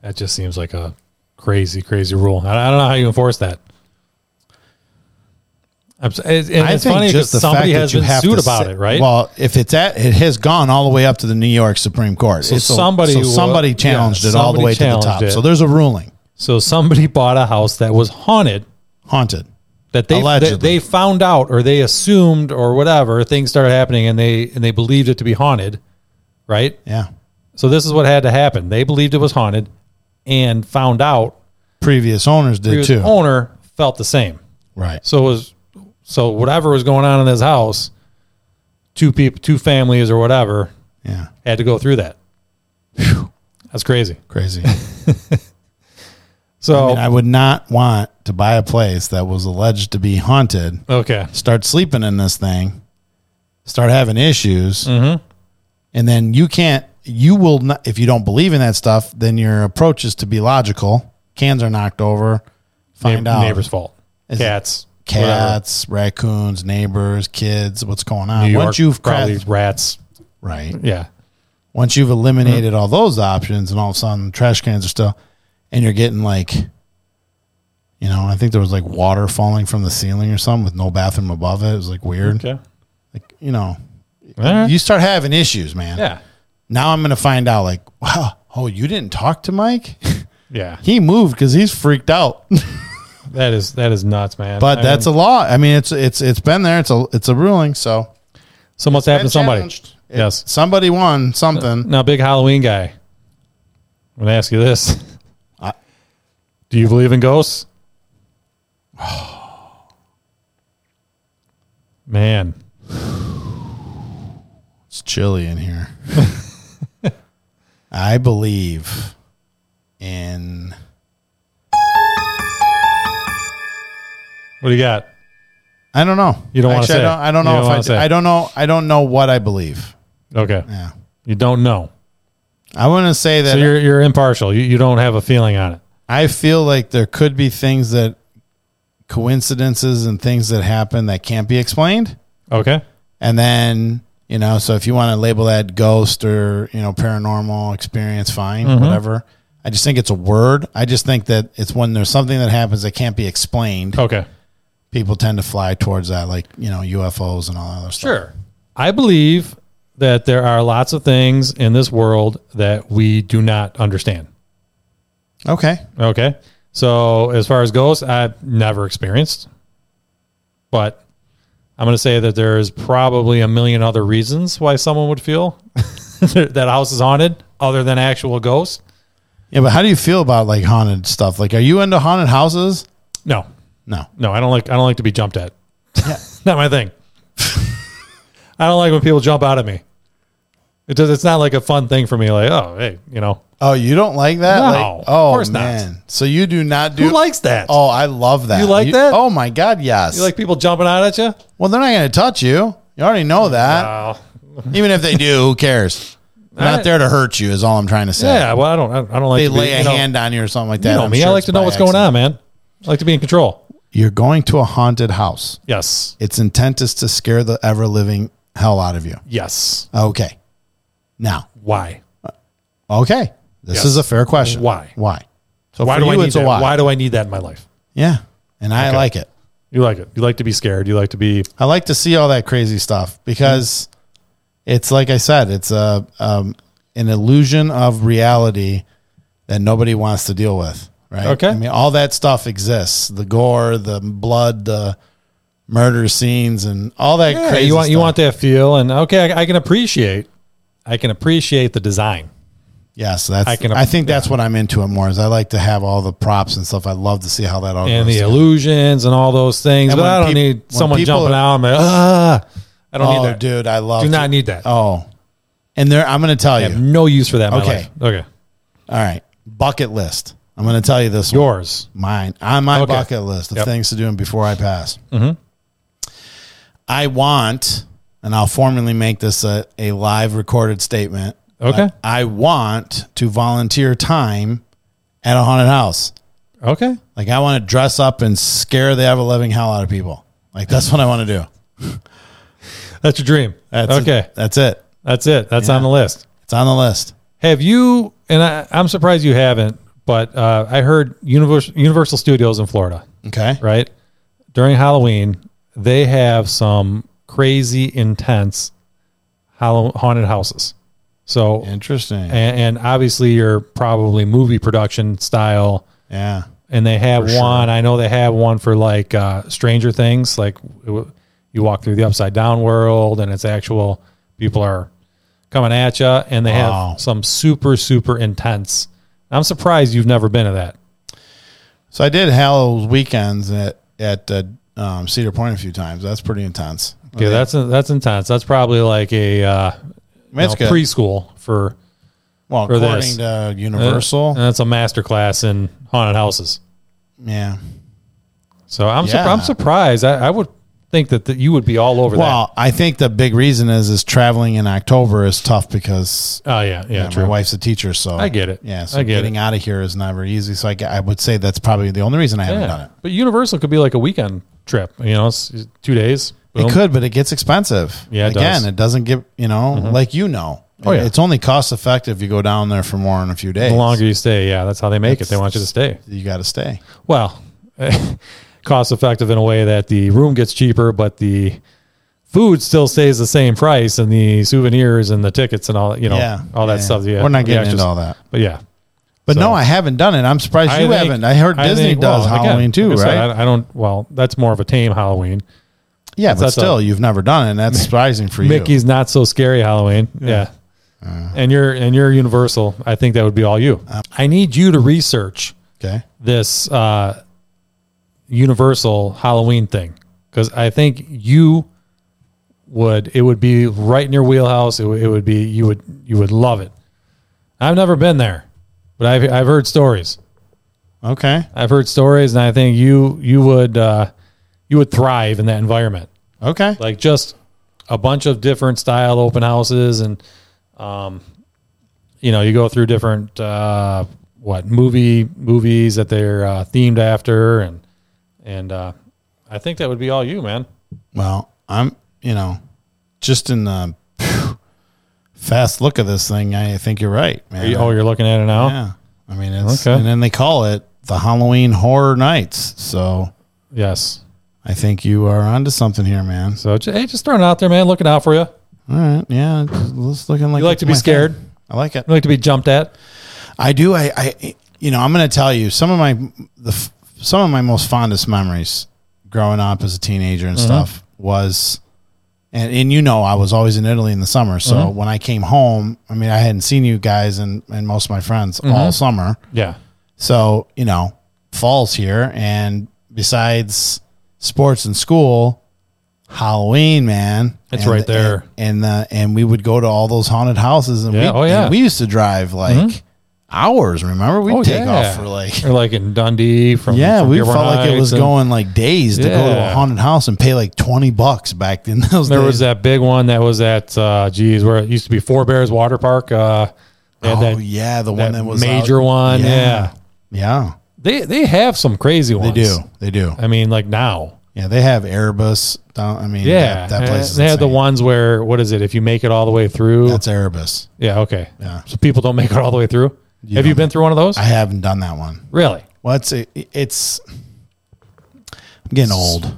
Speaker 2: That just seems like a crazy, crazy rule. I, I don't know how you enforce that. I'm, s- it's, and
Speaker 1: I
Speaker 2: it's
Speaker 1: think
Speaker 2: funny because
Speaker 1: just the
Speaker 2: somebody
Speaker 1: fact
Speaker 2: has
Speaker 1: that you
Speaker 2: been
Speaker 1: have
Speaker 2: sued
Speaker 1: to
Speaker 2: about
Speaker 1: say-
Speaker 2: it, right?
Speaker 1: Well, if it's at, it has gone all the way up to the New York Supreme Court. So
Speaker 2: somebody
Speaker 1: so
Speaker 2: will-
Speaker 1: somebody challenged
Speaker 2: yeah,
Speaker 1: it all the
Speaker 2: somebody
Speaker 1: way to the
Speaker 2: challenged
Speaker 1: top.
Speaker 2: it.
Speaker 1: So there's a ruling,
Speaker 2: so somebody bought a house that was haunted
Speaker 1: haunted.
Speaker 2: that they
Speaker 1: Allegedly.
Speaker 2: that they found out or they assumed or whatever things started happening and they and they believed it to be haunted, right?
Speaker 1: Yeah,
Speaker 2: So this is what had to happen. They believed it was haunted and found out
Speaker 1: previous owners did
Speaker 2: the
Speaker 1: too.
Speaker 2: owner felt the same.
Speaker 1: right.
Speaker 2: So it was so whatever was going on in his house, two people, two families or whatever
Speaker 1: Yeah,
Speaker 2: had to go through that. That's crazy.
Speaker 1: crazy. I,
Speaker 2: So
Speaker 1: mean, I would not want to buy a place that was alleged to be haunted.
Speaker 2: okay,
Speaker 1: Start sleeping in this thing. Start having issues,
Speaker 2: Mm-hmm.
Speaker 1: and then you can't. You will not if you don't believe in that stuff. Then your approach is to be logical. Cans are knocked over. Find
Speaker 2: Neigh-
Speaker 1: out
Speaker 2: neighbor's fault.
Speaker 1: Is it
Speaker 2: Cats, whatever.
Speaker 1: cats, raccoons, neighbors, kids, what's going on.
Speaker 2: New York,
Speaker 1: Once you've cra-
Speaker 2: probably rats.
Speaker 1: right,
Speaker 2: Yeah,
Speaker 1: once you've eliminated
Speaker 2: Mm-hmm.
Speaker 1: all those options, and all of a sudden trash cans are still, and you're getting like, you know, I think there was like water falling from the ceiling or something with no bathroom above it. It was like weird.
Speaker 2: okay,
Speaker 1: Like you know,
Speaker 2: All right.
Speaker 1: you start having issues, man.
Speaker 2: yeah,
Speaker 1: Now I'm gonna find out like, wow, oh, you didn't talk to Mike.
Speaker 2: yeah.
Speaker 1: He moved because he's freaked out.
Speaker 2: That is that is nuts, man.
Speaker 1: But that's a law. I mean, it's it's it's been there. It's a it's a ruling. So
Speaker 2: someone's happened to somebody.
Speaker 1: Challenged. If
Speaker 2: Yes.
Speaker 1: somebody won something.
Speaker 2: Now, big Halloween guy. I'm gonna ask you this:
Speaker 1: I-
Speaker 2: Do you believe in ghosts? Man,
Speaker 1: It's chilly in here. I believe in
Speaker 2: what do you got?
Speaker 1: I don't know.
Speaker 2: You don't wanna
Speaker 1: Actually,
Speaker 2: say.
Speaker 1: I don't, I don't
Speaker 2: You
Speaker 1: know
Speaker 2: don't
Speaker 1: if I,
Speaker 2: wanna
Speaker 1: d-
Speaker 2: say.
Speaker 1: I don't know. I don't know what I believe.
Speaker 2: Okay,
Speaker 1: Yeah.
Speaker 2: you don't know,
Speaker 1: I want to say that
Speaker 2: so you're you're impartial. You you don't have a feeling on it.
Speaker 1: I feel like there could be things that coincidences and things that happen that can't be explained.
Speaker 2: Okay,
Speaker 1: And then, you know, so if you want to label that ghost or, you know, paranormal experience, fine, whatever. I just think it's a word. I just think that it's when there's something that happens that can't be explained.
Speaker 2: okay,
Speaker 1: People tend to fly towards that, like, you know, UFOs and all that other stuff.
Speaker 2: sure. I believe that there are lots of things in this world that we do not understand.
Speaker 1: Okay.
Speaker 2: Okay. So as far as ghosts, I've never experienced, but I'm going to say that there's probably a million other reasons why someone would feel that house is haunted other than actual ghosts.
Speaker 1: Yeah, but how do you feel about like haunted stuff? Like, are you into haunted houses?
Speaker 2: No,
Speaker 1: No.
Speaker 2: no, I don't like, I don't like to be jumped at. not my thing. I don't like when people jump out at me. It does. It's not like a fun thing for me. Like, oh, hey, you know,
Speaker 1: Oh, you don't like that?
Speaker 2: No,
Speaker 1: Like-
Speaker 2: of
Speaker 1: oh,
Speaker 2: course not.
Speaker 1: man. So you do not do.
Speaker 2: who likes that?
Speaker 1: Oh, I love that.
Speaker 2: You like that?
Speaker 1: Oh my God, yes.
Speaker 2: You like people jumping out at you?
Speaker 1: well, they're not going to touch you. You already know that.
Speaker 2: Oh,
Speaker 1: Even if they do, who cares? They're
Speaker 2: All
Speaker 1: not
Speaker 2: right.
Speaker 1: there to hurt you. Is all I'm trying to say.
Speaker 2: yeah. Well, I don't. I don't like.
Speaker 1: They
Speaker 2: to be,
Speaker 1: lay a
Speaker 2: you know,
Speaker 1: hand on you or something like that.
Speaker 2: You know
Speaker 1: I'm
Speaker 2: me.
Speaker 1: sure
Speaker 2: I like
Speaker 1: it's
Speaker 2: to know
Speaker 1: by
Speaker 2: what's going
Speaker 1: accident.
Speaker 2: on, man. I like to be in control.
Speaker 1: You're going to a haunted house.
Speaker 2: Yes.
Speaker 1: Its intent is to scare the ever living hell out of you.
Speaker 2: Yes.
Speaker 1: Okay. Now,
Speaker 2: Why?
Speaker 1: okay. This
Speaker 2: Yes.
Speaker 1: is a fair question.
Speaker 2: Why?
Speaker 1: Why? So
Speaker 2: Why
Speaker 1: for
Speaker 2: do I
Speaker 1: you,
Speaker 2: need
Speaker 1: it's a
Speaker 2: that?
Speaker 1: why.
Speaker 2: Why? do I need that in my life?
Speaker 1: Yeah. And I
Speaker 2: Okay.
Speaker 1: like it.
Speaker 2: You like it. You like to be scared. You like to be.
Speaker 1: I like to see all that crazy stuff because it's like I said, it's a um, an illusion of reality that nobody wants to deal with. Right?
Speaker 2: Okay.
Speaker 1: I mean, all that stuff exists: the gore, the blood, the murder scenes, and all that crazy.
Speaker 2: you want you
Speaker 1: stuff.
Speaker 2: want that feel, and okay, I, I can appreciate. I can appreciate the design.
Speaker 1: Yes, that's. I,
Speaker 2: I can-
Speaker 1: think that's what I'm into it more. Is I like to have all the props and stuff. I love to see how that all
Speaker 2: and
Speaker 1: goes.
Speaker 2: the illusions and all those things.
Speaker 1: And
Speaker 2: but
Speaker 1: when
Speaker 2: I don't
Speaker 1: peop- when
Speaker 2: need someone
Speaker 1: people-
Speaker 2: jumping out. I'm like, ah, I don't
Speaker 1: oh,
Speaker 2: need that.
Speaker 1: dude, I love.
Speaker 2: Do
Speaker 1: to-
Speaker 2: not need that.
Speaker 1: Oh, and there, I'm going to tell
Speaker 2: I
Speaker 1: you.
Speaker 2: have no use for that. In
Speaker 1: Okay.
Speaker 2: My life. Okay.
Speaker 1: All right, bucket list. I'm going to tell you this. one.
Speaker 2: Yours.
Speaker 1: mine on my
Speaker 2: Okay.
Speaker 1: bucket list of
Speaker 2: Yep. Mm-hmm.
Speaker 1: things to do and before I pass. I want, and I'll formally make this a, a live recorded statement.
Speaker 2: Okay.
Speaker 1: but I want to volunteer time at a haunted house.
Speaker 2: Okay.
Speaker 1: Like I want to dress up and scare the ever living hell out of people. Like that's what I want to do.
Speaker 2: That's your dream.
Speaker 1: That's
Speaker 2: okay.
Speaker 1: It. That's it.
Speaker 2: That's it. That's on the list.
Speaker 1: It's on the list.
Speaker 2: Have you? And I, I'm surprised you haven't. But uh, I heard Universal, Universal Studios in Florida,
Speaker 1: Okay.
Speaker 2: right? During Halloween, they have some crazy, intense Hallow- haunted houses. So, and,
Speaker 1: Interesting.
Speaker 2: and obviously, you're probably movie production style.
Speaker 1: yeah.
Speaker 2: And they have
Speaker 1: sure.
Speaker 2: one. I know they have one for like uh, Stranger Things. Like it w- you walk through the upside down world, and it's actual people are coming at you, and they
Speaker 1: Wow.
Speaker 2: have some super super intense. I'm surprised you've never been to that.
Speaker 1: So I did Hallow's weekends at at uh, um, Cedar Point a few times. That's pretty intense.
Speaker 2: Okay, that's that's intense. That's probably like a uh,
Speaker 1: I mean, it's
Speaker 2: you know,
Speaker 1: good.
Speaker 2: preschool for
Speaker 1: Well,
Speaker 2: for
Speaker 1: according
Speaker 2: this. Uh,
Speaker 1: to Universal,
Speaker 2: and that's a master class in haunted houses.
Speaker 1: yeah.
Speaker 2: So I'm surp-
Speaker 1: Yeah.
Speaker 2: I'm surprised. I, I would think that, that you would be all over
Speaker 1: Well, I think the big reason is is traveling in October is tough because
Speaker 2: that. Oh yeah, yeah,
Speaker 1: yeah,
Speaker 2: true.
Speaker 1: my wife's a teacher, so
Speaker 2: I get it.
Speaker 1: Yeah, so
Speaker 2: I get
Speaker 1: getting
Speaker 2: it.
Speaker 1: out of here is never easy. So I, ge- I would say that's probably the only reason I haven't done
Speaker 2: Yeah,
Speaker 1: it.
Speaker 2: but Universal could be like a weekend trip. You know, it's it's two days. boom.
Speaker 1: It could, but it gets expensive.
Speaker 2: Yeah, it
Speaker 1: again,
Speaker 2: does. Mm-hmm.
Speaker 1: it doesn't get you know like you know.
Speaker 2: Oh, yeah.
Speaker 1: it's only cost effective if you go down there for more than a few days.
Speaker 2: The longer you stay, yeah, that's how they make it. They want you to stay.
Speaker 1: you got to stay.
Speaker 2: Well, cost effective in a way that the room gets cheaper, but the food still stays the same price, and the souvenirs and the tickets and all you know,
Speaker 1: yeah,
Speaker 2: all that
Speaker 1: yeah.
Speaker 2: stuff. Yeah,
Speaker 1: we're not
Speaker 2: the
Speaker 1: getting
Speaker 2: extras.
Speaker 1: into all that.
Speaker 2: But yeah,
Speaker 1: But
Speaker 2: but So-
Speaker 1: no, I haven't done it. I'm surprised you
Speaker 2: think-
Speaker 1: haven't. I heard Disney
Speaker 2: think-
Speaker 1: does
Speaker 2: well, again,
Speaker 1: Halloween too,
Speaker 2: like I
Speaker 1: right?
Speaker 2: said, I, I don't. Well, that's more of a tame Halloween.
Speaker 1: yeah, but
Speaker 2: that's a-
Speaker 1: still, you've never done it, and that's surprising for you. Uh-huh.
Speaker 2: Mickey's not so scary Halloween. Yeah. and you're and you're Universal. I think that would be all you. I need you to research
Speaker 1: Okay.
Speaker 2: this uh, Universal Halloween thing because I think you would it would be right in your wheelhouse. It, would- it would be you would you would love it. I've never been there, but I've I've heard stories.
Speaker 1: Okay.
Speaker 2: I've heard stories, and I think you you would uh, you would thrive in that environment.
Speaker 1: Okay.
Speaker 2: Like just a bunch of different style open houses, and um, you know, you go through different uh, what movie movies that they're uh, themed after, and and uh, I think that would be all you, man.
Speaker 1: Well, I'm, you know, just in the phew, fast look of this thing, I think you're right, man.
Speaker 2: Are you- oh, you're looking at it now. Yeah,
Speaker 1: yeah. I mean, it's,
Speaker 2: Okay.
Speaker 1: and then they call it the Halloween Horror Nights. So
Speaker 2: Yes.
Speaker 1: I think you are onto something here, man.
Speaker 2: So ju- hey, just throwing it out there, man. Looking out for you.
Speaker 1: All right. Yeah. It's it's looking like
Speaker 2: You like
Speaker 1: it's
Speaker 2: to be
Speaker 1: my
Speaker 2: scared?
Speaker 1: thing. I like it.
Speaker 2: You like to be jumped at.
Speaker 1: I do. I, I you know, I'm going to tell you some of my the f- some of my most fondest memories growing up as a teenager and stuff was, and and you know, I was always in Italy in the summer. So when I came home, I mean, I hadn't seen you guys and and most of my friends all summer.
Speaker 2: Yeah.
Speaker 1: So you know, fall's here, and besides sports and school, Halloween, man,
Speaker 2: It's
Speaker 1: And-
Speaker 2: right there.
Speaker 1: and and, uh, and we would go to all those haunted houses, and we
Speaker 2: Yeah, oh, yeah. Mm-hmm.
Speaker 1: and we used to drive like hours. Remember, we'd
Speaker 2: Oh,
Speaker 1: take
Speaker 2: yeah.
Speaker 1: off for like.
Speaker 2: Or like in Dundee from
Speaker 1: Yeah,
Speaker 2: from
Speaker 1: we
Speaker 2: Dearborn
Speaker 1: felt like it
Speaker 2: Heights
Speaker 1: was
Speaker 2: and-
Speaker 1: going like days to go to a
Speaker 2: Yeah.
Speaker 1: haunted house and pay like twenty bucks back in those
Speaker 2: There
Speaker 1: days.
Speaker 2: was that big one that was at, uh, geez, where it used to be Four Bears Water Park. Uh, they had
Speaker 1: oh
Speaker 2: that,
Speaker 1: yeah, the
Speaker 2: that
Speaker 1: one that was
Speaker 2: major
Speaker 1: out-
Speaker 2: one. Yeah.
Speaker 1: yeah,
Speaker 2: They they have some crazy
Speaker 1: they
Speaker 2: ones.
Speaker 1: do, they do.
Speaker 2: I mean, like now.
Speaker 1: Yeah, they have Erebus. Down, I mean,
Speaker 2: Yeah. Uh,
Speaker 1: yeah, that, that place. Is
Speaker 2: they had the
Speaker 1: insane.
Speaker 2: ones where, what is it? If you make it all the way through.
Speaker 1: That's Erebus.
Speaker 2: yeah. Okay.
Speaker 1: Yeah.
Speaker 2: So people don't make it all the way through. have you been through one of those?
Speaker 1: I haven't done that one.
Speaker 2: really?
Speaker 1: Well, it's it, it's I'm getting old.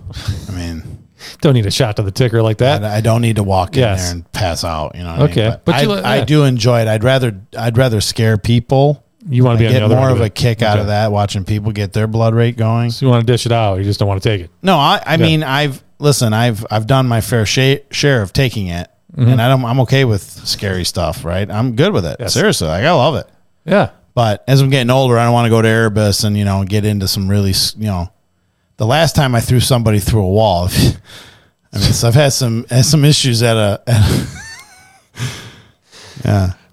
Speaker 1: I mean,
Speaker 2: Don't need a shot to the ticker like that.
Speaker 1: I I don't need to walk in
Speaker 2: Yes.
Speaker 1: there and pass out. You know. What
Speaker 2: Okay,
Speaker 1: I mean? but,
Speaker 2: but you
Speaker 1: I,
Speaker 2: li- yeah.
Speaker 1: I do enjoy it. I'd rather I'd rather scare people.
Speaker 2: You want to be on
Speaker 1: Get
Speaker 2: the other
Speaker 1: more
Speaker 2: end
Speaker 1: of a
Speaker 2: it.
Speaker 1: kick out
Speaker 2: Okay.
Speaker 1: of that watching people get their blood rate going.
Speaker 2: So you want to dish it out. You just don't want to take it.
Speaker 1: No, I, I mean I've listen. I've I've done my fair sha- share of taking it,
Speaker 2: Mm-hmm.
Speaker 1: and I don't, I'm okay with scary stuff. Right, I'm good with it.
Speaker 2: Yes.
Speaker 1: Seriously, like I love it.
Speaker 2: Yeah.
Speaker 1: But as I'm getting older, I don't want to go to Erebus and you know get into some really s- you know. The last time I threw somebody through a wall, I mean, so I've had some had some issues at a. At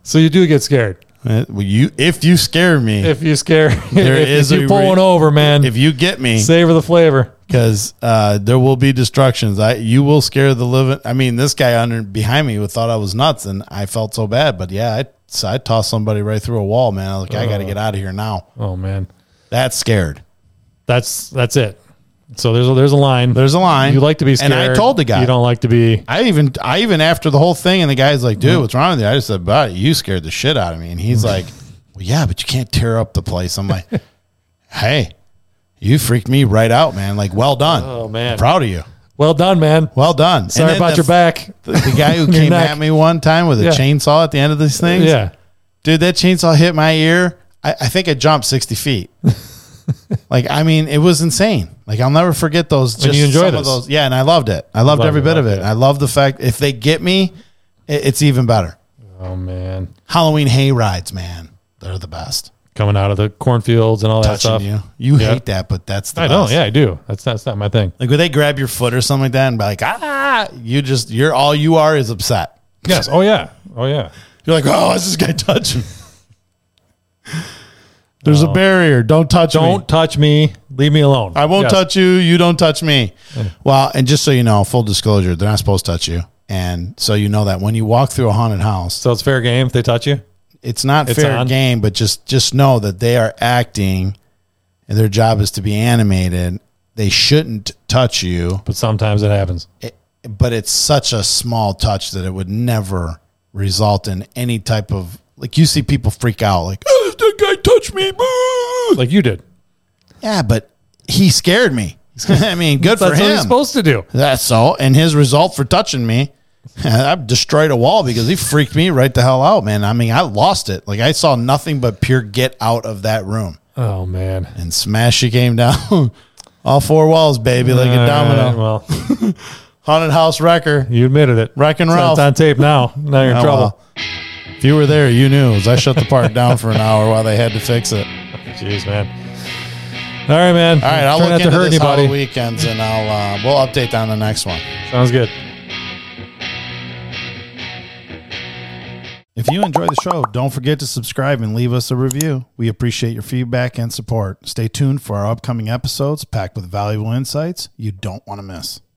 Speaker 2: So you do get scared.
Speaker 1: a well, you if you scare me, if,
Speaker 2: If you scare,
Speaker 1: There
Speaker 2: if,
Speaker 1: is
Speaker 2: you
Speaker 1: a
Speaker 2: pull
Speaker 1: re-
Speaker 2: one over, man.
Speaker 1: you get me,
Speaker 2: Savor the flavor.
Speaker 1: because uh, there will be destructions. I you will scare the living. I mean, this guy under behind me would thought I was nuts, and I felt so bad. But yeah, I so I tossed somebody right through a wall, man. I was like, I got to get out of here now.
Speaker 2: Oh man,
Speaker 1: That's scared.
Speaker 2: that's that's it. So there's a, there's a line.
Speaker 1: There's a line.
Speaker 2: you like to be scared.
Speaker 1: and I told the guy
Speaker 2: you don't like to be.
Speaker 1: I even I even after the whole thing, and the guy's like, "Dude, what's wrong with you?" I just said, "But you scared the shit out of me." And
Speaker 2: Mm.
Speaker 1: he's like, "Well, yeah, but you can't tear up the place." I'm like, "Hey, you freaked me right out, man! Like, well done.
Speaker 2: Oh, man.
Speaker 1: I'm proud of you.
Speaker 2: Well done, man.
Speaker 1: Well done.
Speaker 2: Sorry about your back.
Speaker 1: back. The guy who
Speaker 2: your
Speaker 1: came
Speaker 2: neck.
Speaker 1: at me one time with a
Speaker 2: Yeah.
Speaker 1: chainsaw at the end of these things,
Speaker 2: Yeah,
Speaker 1: dude, that chainsaw hit my ear. I, I think I jumped sixty feet. like, I mean, it was insane. Like, I'll never forget those. Just
Speaker 2: you enjoy
Speaker 1: some
Speaker 2: this.
Speaker 1: of those. Yeah, and I loved it. I loved
Speaker 2: Love
Speaker 1: every
Speaker 2: it,
Speaker 1: bit of
Speaker 2: love
Speaker 1: it.
Speaker 2: it.
Speaker 1: I love the fact if they get me, it, it's even better.
Speaker 2: Oh man,
Speaker 1: Halloween hay rides, man, they're the best.
Speaker 2: coming out of the cornfields and all
Speaker 1: Touching
Speaker 2: that stuff.
Speaker 1: you, you
Speaker 2: Yeah.
Speaker 1: hate that, but that's the
Speaker 2: I
Speaker 1: best.
Speaker 2: don't. Yeah, I do. That's that's not my thing.
Speaker 1: Like when they grab your foot or something like that and be like, ah, you just you're all you are is upset.
Speaker 2: Yes. Oh yeah. Oh yeah.
Speaker 1: You're like, oh, is this guy touching? me?" There's a barrier. Don't touch me.
Speaker 2: Don't touch me. Leave me alone.
Speaker 1: I won't
Speaker 2: Yes.
Speaker 1: touch you. You don't touch me. Well, and just so you know, full disclosure, they're not supposed to touch you. And so you know that when you walk through a haunted house,
Speaker 2: So it's fair game if they touch you.
Speaker 1: it's not fair
Speaker 2: on.
Speaker 1: game, but just just know that they are acting and their job is to be animated. They shouldn't touch you,
Speaker 2: But sometimes it happens.
Speaker 1: it- but it's such a small touch that it would never result in any type of like you see people freak out like oh, that guy touched me. Like,
Speaker 2: Like you did.
Speaker 1: yeah, but he scared me. I mean, good for
Speaker 2: That's what you're
Speaker 1: him.
Speaker 2: supposed to do.
Speaker 1: That's so. And his result for touching me I destroyed a wall because he freaked me right the hell out, man. I mean, I lost it. Like I saw nothing but pure get out of that room
Speaker 2: Oh man.
Speaker 1: and smash. She came down all four walls, baby, like a
Speaker 2: All
Speaker 1: domino.
Speaker 2: right, well,
Speaker 1: Haunted house wrecker.
Speaker 2: you admitted it.
Speaker 1: Wreck and
Speaker 2: It's on-
Speaker 1: Ralph.
Speaker 2: It's on tape now. Now you're in
Speaker 1: Oh,
Speaker 2: trouble.
Speaker 1: well. If you were there, you knew. As I shut the park down for an hour while they had to fix it.
Speaker 2: Jeez, man. All right, man.
Speaker 1: All right, I'll
Speaker 2: Try
Speaker 1: look into this all weekends, and I'll uh, we'll update on the next one.
Speaker 2: Sounds good.
Speaker 1: If you enjoy the show, don't forget to subscribe and leave us a review. We appreciate your feedback and support. Stay tuned for our upcoming episodes packed with valuable insights you don't want to miss.